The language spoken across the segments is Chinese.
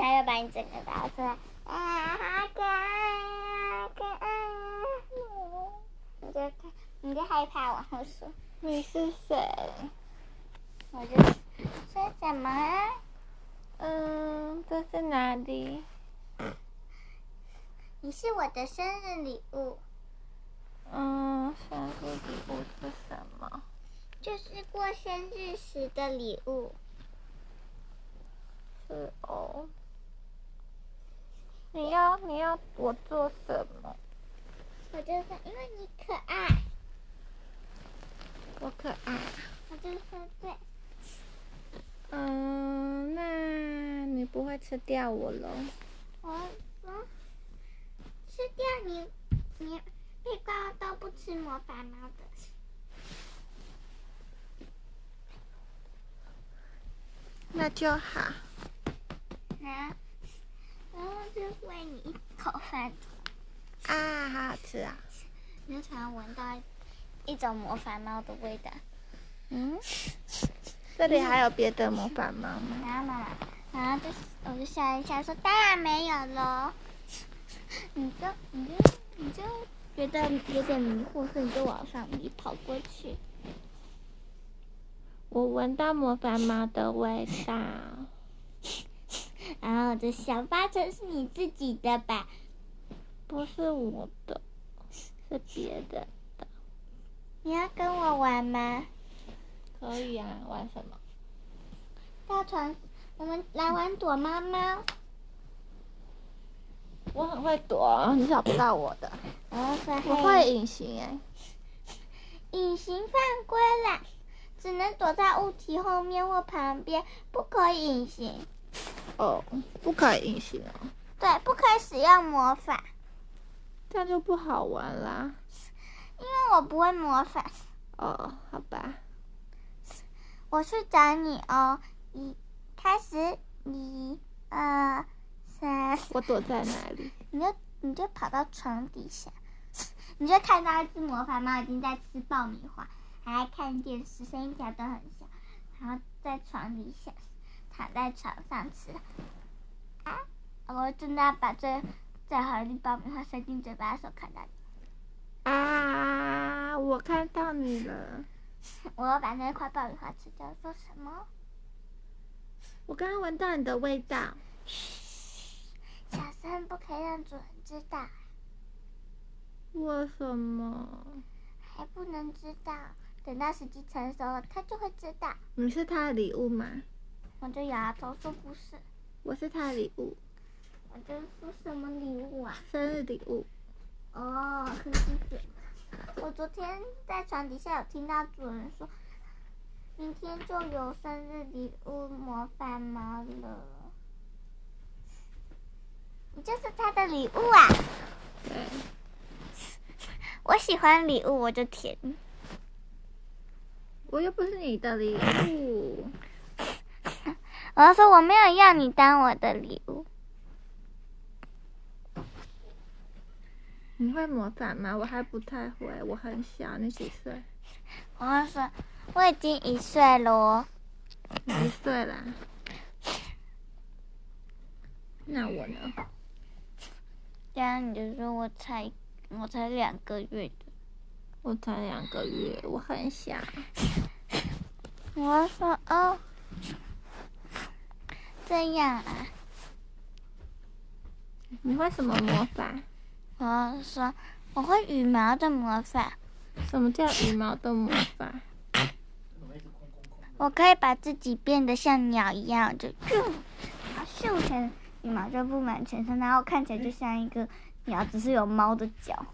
你整个拔出来，啊，好可爱，好可爱啊！你就看，你就害怕往后说，你是谁？我就说什么啊？嗯，这是哪里？你是我的生日礼物，嗯，生日礼物是什么？就是过生日时的礼物。是哦。你要你要我做什么？我就说，因为你可爱，我可爱。我就说对，嗯，那你不会吃掉我喽？我我吃掉你，你被瓜都不吃魔法猫的。那就好。然后就喂你一口饭，啊，好好吃啊。你就突然闻到一种魔法猫的味道。嗯，这里还有别的魔法猫吗？然后妈妈，然后就我就笑一笑说：“当然没有喽。” 你就你就你就觉得有点迷惑，所以你就往上一跑过去。我闻到魔法猫的味道。然后我就想，八成是你自己的吧？不是我的，是别的。你要跟我玩吗？可以啊，玩什么？到床，我们来玩躲猫猫。我很会躲，你找不到我的。然后说我嘿会隐形哎、隐形犯规啦，只能躲在物体后面或旁边，不可以隐形。哦，不可以隐形哦，对，不可以使用魔法，这样就不好玩啦。因为我不会魔法。哦，好吧。我去找你哦。一开始，一、二、三，我躲在哪里？你就你就跑到床底下， 你就看到一只魔法猫已经在吃爆米花，还在看电视，声音调得很小，然后在床底下躺在床上吃。啊！我正在把最最好的爆米花塞进嘴巴的时候，看到你啊，我看到你了。我要把那块爆米花吃掉，说什么？我刚刚闻到你的味道。小声，不可以让主人知道，为什么？还不能知道，等到时机成熟了，他就会知道。你是他的礼物吗？我就摇摇头说不是，我是他的礼物，我就说什么礼物啊？生日礼物。哦，很经典。我昨天在床底下有听到主人说，明天就有生日礼物魔法猫了。你就是他的礼物啊！对，我喜欢礼物，我就填。我又不是你的礼物。我要说我没有要你当我的礼物，你会魔法吗？我还不太会，我很小。你几岁？我要说我已经一岁了哦，你几岁啦？那我呢？这样你就说我才我才两个月的。我才两个月，我很小。我说哦，这样啊，你会什么魔法？我说我会羽毛的魔法，什么叫羽毛的魔法？我可以把自己变得像鸟一样，就咻，然后咻成羽毛就布满全身，然后看起来就像一个鸟，只是有猫的脚。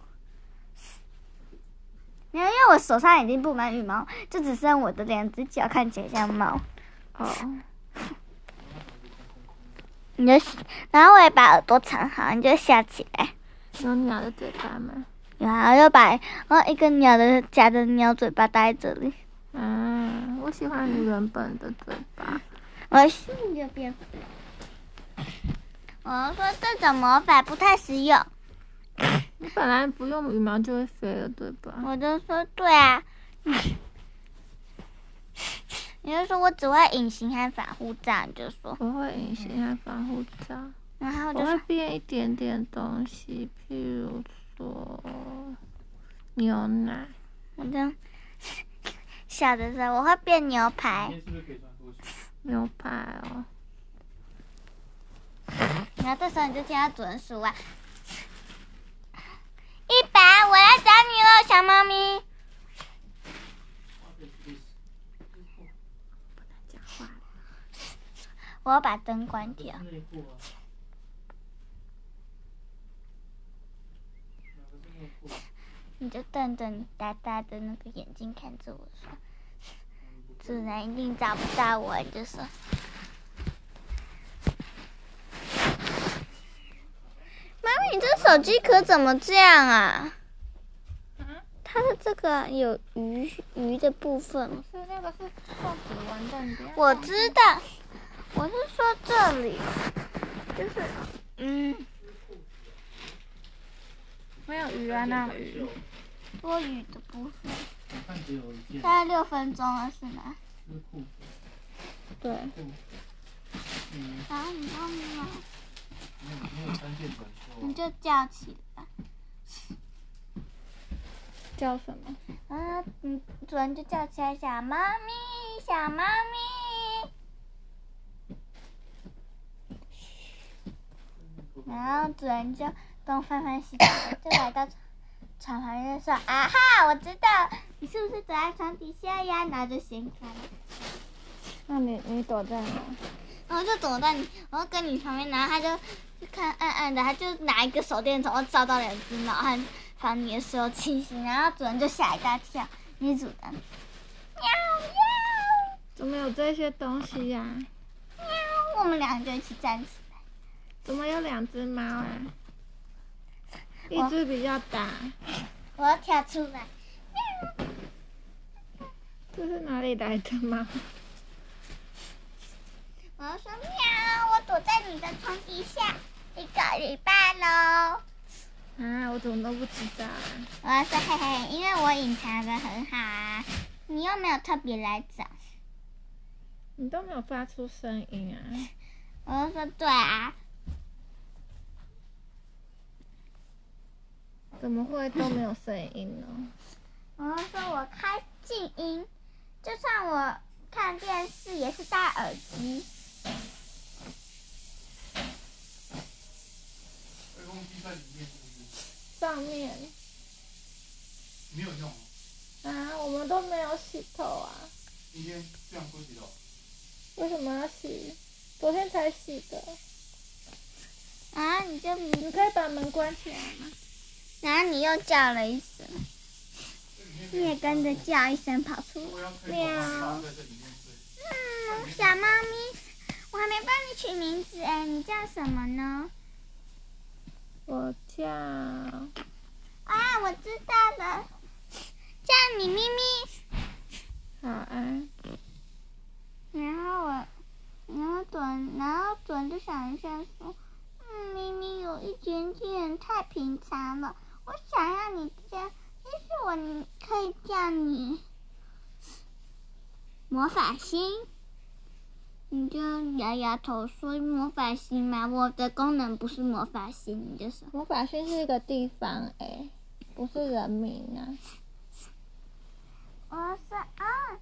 因为我手上已经布满羽毛，就只剩我的两只脚看起来像猫。哦，你就，然后我也把耳朵藏好，你就笑起来。有鸟的嘴巴吗？然后又把然后一个鸟的假的鸟嘴巴搭在这里，啊，我喜欢你原本的嘴巴。我咻就变回来。我说这种魔法不太实用，你本来不用羽毛就会飞了，对吧？我就说对啊。你就说我只会隐形和防护罩，你就说我会隐形和防护罩。然后就我会说变一点点东西，譬如说牛奶。我就 小的时候我会变牛排，今天是不是可以穿拖鞋？牛排哦，然后这时候你就听到主人说啊，一百，我来找你了，小猫咪。讲话了我要把灯关掉。内裤啊。哪个是内裤啊？你就瞪着你大大的那个眼睛看着我说，主人一定找不到我，你就说。妈咪，你这手机壳怎么这样啊？它的这个有鱼鱼的部分吗是那个是送指纹的，你不要我知道，我是说这里，就是，嗯，没有鱼啊，那种鱼。多余的部分。我看只有一件大概六分钟了，是吗？是裤子，对。嗯，然后你后面呢没有没有三件短你袖啊。就叫起来，叫什么？然后你主人嗯就叫起来，小猫咪，小猫咪。然后主人就东翻翻西找，就来到床旁边说：“啊哈，我知道你是不是躲在床底下呀？”然后就掀开了，那你你躲在哪？然后就躲到你，然后跟你旁边，然后他就就看暗暗的，他就拿一个手电筒照到两只猫，和把你的所有清醒，然后主人就吓一大跳，女主人喵喵。怎么有这些东西呀、喵，我们两个就一起站起来。怎么有两只猫啊？一我只比较大，我要跳出来，喵！这是哪里来的猫？我要说喵，我躲在你的床底下一个礼拜喽。啊，我怎么都不知道啊！我要说嘿嘿，因为我隐藏的很好啊，你又没有特别来找。你都没有发出声音啊！我就说对啊，怎么会都没有声音呢？我就说我开静音，就算我看电视也是戴耳机。吹风机在里面是不是？上面没有用哦，啊，我们都没有洗头啊，今天这样不洗头。为什么要洗？昨天才洗的。然后你就你可以把门关起来吗？然后你又叫了一声，你也跟着啊叫一声跑出来我要吹头发，你要在这里面吹。嗯，小猫咪，我还没帮你取名字哎，你叫什么呢？我叫啊，我知道了，叫你咪咪。好安，嗯然后我，然后短，然后短就想一下说，嗯，咪咪有一点点太平常了，我想要你叫，就是我可以叫你魔法星。你就摇摇头说魔法星嘛，我的功能不是魔法星，你就说。魔法训是一个地方哎、不是人名啊。我说啊，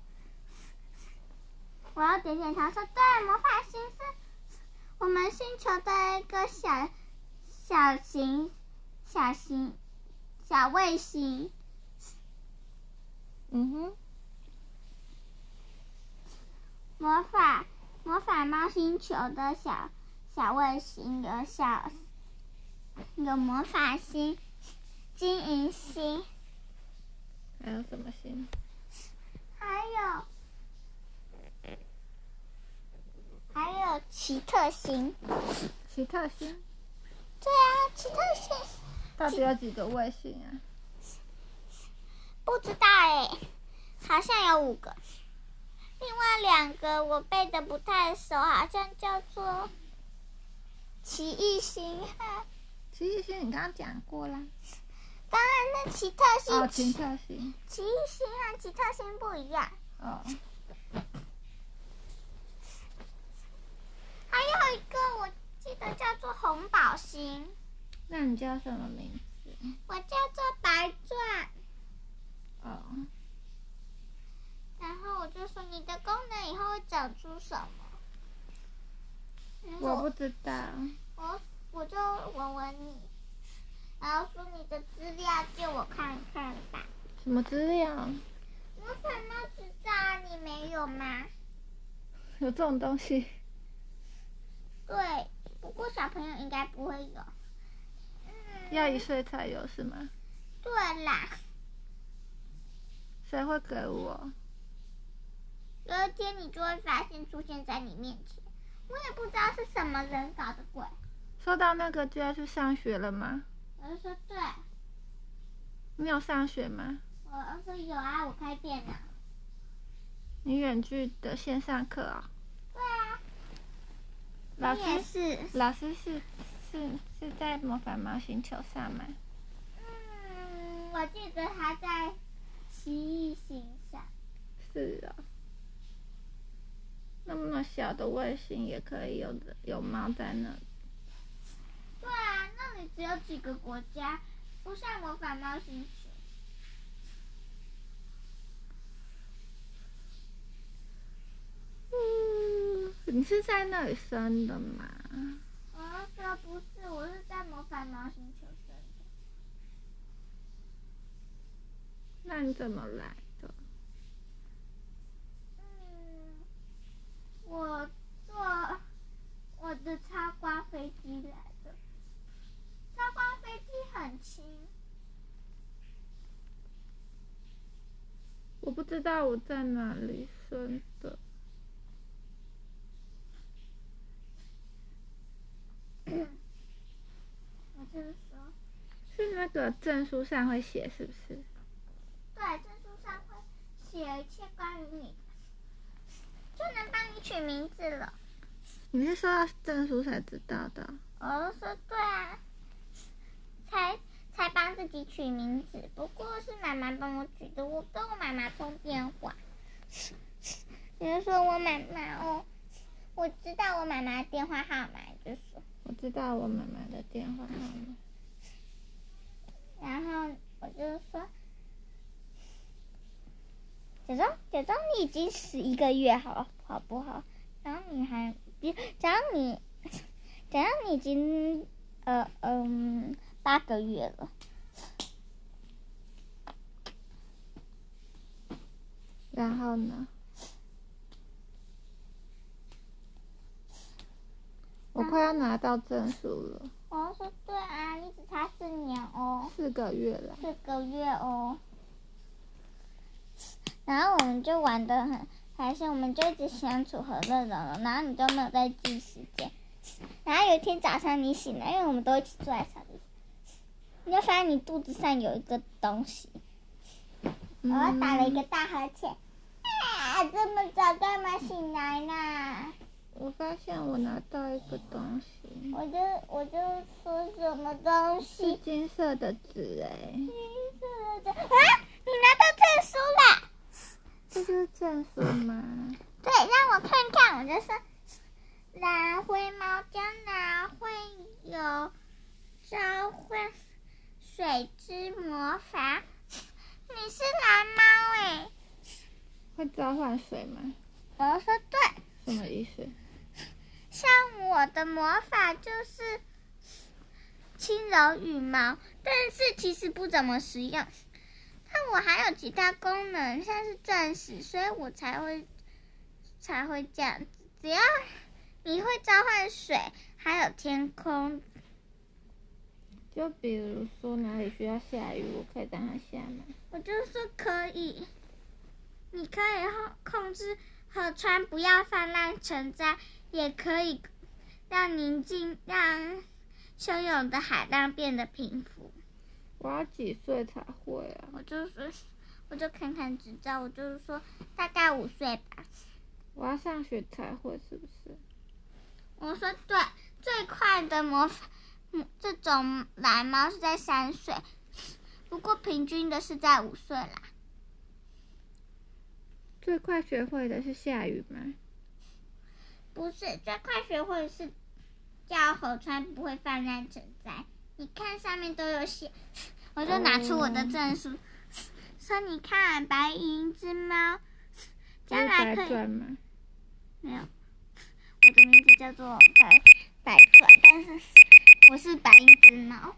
我要点点头说对，魔法星是我们星球的一个小小型小型小卫星。嗯哼，魔法魔法猫星球的小小卫星有小有魔法星、金银星，还有什么星？还有还有奇特星。奇特星？对啊，奇特星到底有几个卫星啊？不知道哎，好像有五个，另外两个我背的不太熟，好像叫做奇异星哈。奇异星你刚刚讲过啦。当然，那奇特星、哦，奇特星。奇异星和奇特星不一样。哦，还有一个我记得叫做红红宝星，那你叫什么名字？我叫做白钻。哦，然后我就说你的功能以后会长出什么？然后我不知道。我我就问问你，然后说你的资料借我看看吧。什么资料？我怎么知道啊你没有吗？有这种东西？对，不过小朋友应该不会有。嗯，要一岁才有是吗？对啦，谁会给我？有一天你就会发现出现在你面前。我也不知道是什么人搞的鬼。收到那个就要去上学了吗？我就说对，你有上学吗？我说有啊，我开电脑。你远距的线上课啊、对啊，老我也师，是。老师是是是在魔法猫星球上吗？嗯，我记得他在奇异星上。是啊、那么小的卫星也可以有的有猫在那里，对啊，那里只有几个国家，不像魔法猫星球。嗯你是在那里生的吗？我那时候不是，我是在魔法猫星球生的。那你怎么来的？嗯，我坐我的超光飞机来的。嗯超光飞机很轻，我不知道我在哪里生的。嗯我就是说，是那个证书上会写是不是？对，证书上会写一切关于你的，就能帮你取名字了。你是收到证书才知道的？我就说对啊，才才帮自己取名字，不过是妈妈帮我取的。我跟我妈妈通电话，你就说我妈妈哦，我知道我妈妈的电话号码，就说，我知道我妈妈的电话号码。然后我就说，假装假装你已经十一个月好好不好？然后你还， 假如你，假如你已经呃嗯八个月了。然后呢？我快要拿到证书了，我说对啊，你只差四年哦，四个月了。四个月哦。然后我们就玩的很开心，我们就一直相处和乐融融。然后你就没有在记时间。然后有一天早上你醒了，因为我们都一起坐在床上，你就发现你肚子上有一个东西，嗯然后打了一个大呵欠。啊，这么早干嘛醒来呢？我发现我拿到一个东西，我就我就说什么东是西。金色的纸哎、啊！你拿到证书了？这就是证书吗？对，让我看看。我就是蓝灰猫将来会有召唤水之魔法。你是蓝猫会召唤水吗？哎、我说对，什么意思？像我的魔法就是轻柔羽毛，但是其实不怎么实用。但我还有其他功能，像是钻石，所以我才会才会这样子。只要你会召唤水，还有天空，就比如说哪里需要下雨，我可以让它下吗？我就说可以。你可以控控制河川不要泛滥成灾，也可以让宁静让汹涌的海浪变得平复。我要几岁才会啊？我就说，我就看看执照，我就是说大概五岁吧。我要上学才会是不是？我说对，最快的魔法，嗯这种蓝猫是在三岁，不过平均的是在五岁啦。最快学会的是下雨吗？不是，最快学会是叫河川不会泛滥成灾。你看上面都有写， 我就拿出我的证书，说你看，白银之猫，这将是来白可以转吗？没有，我的名字叫做白白转，但是我是白银之猫。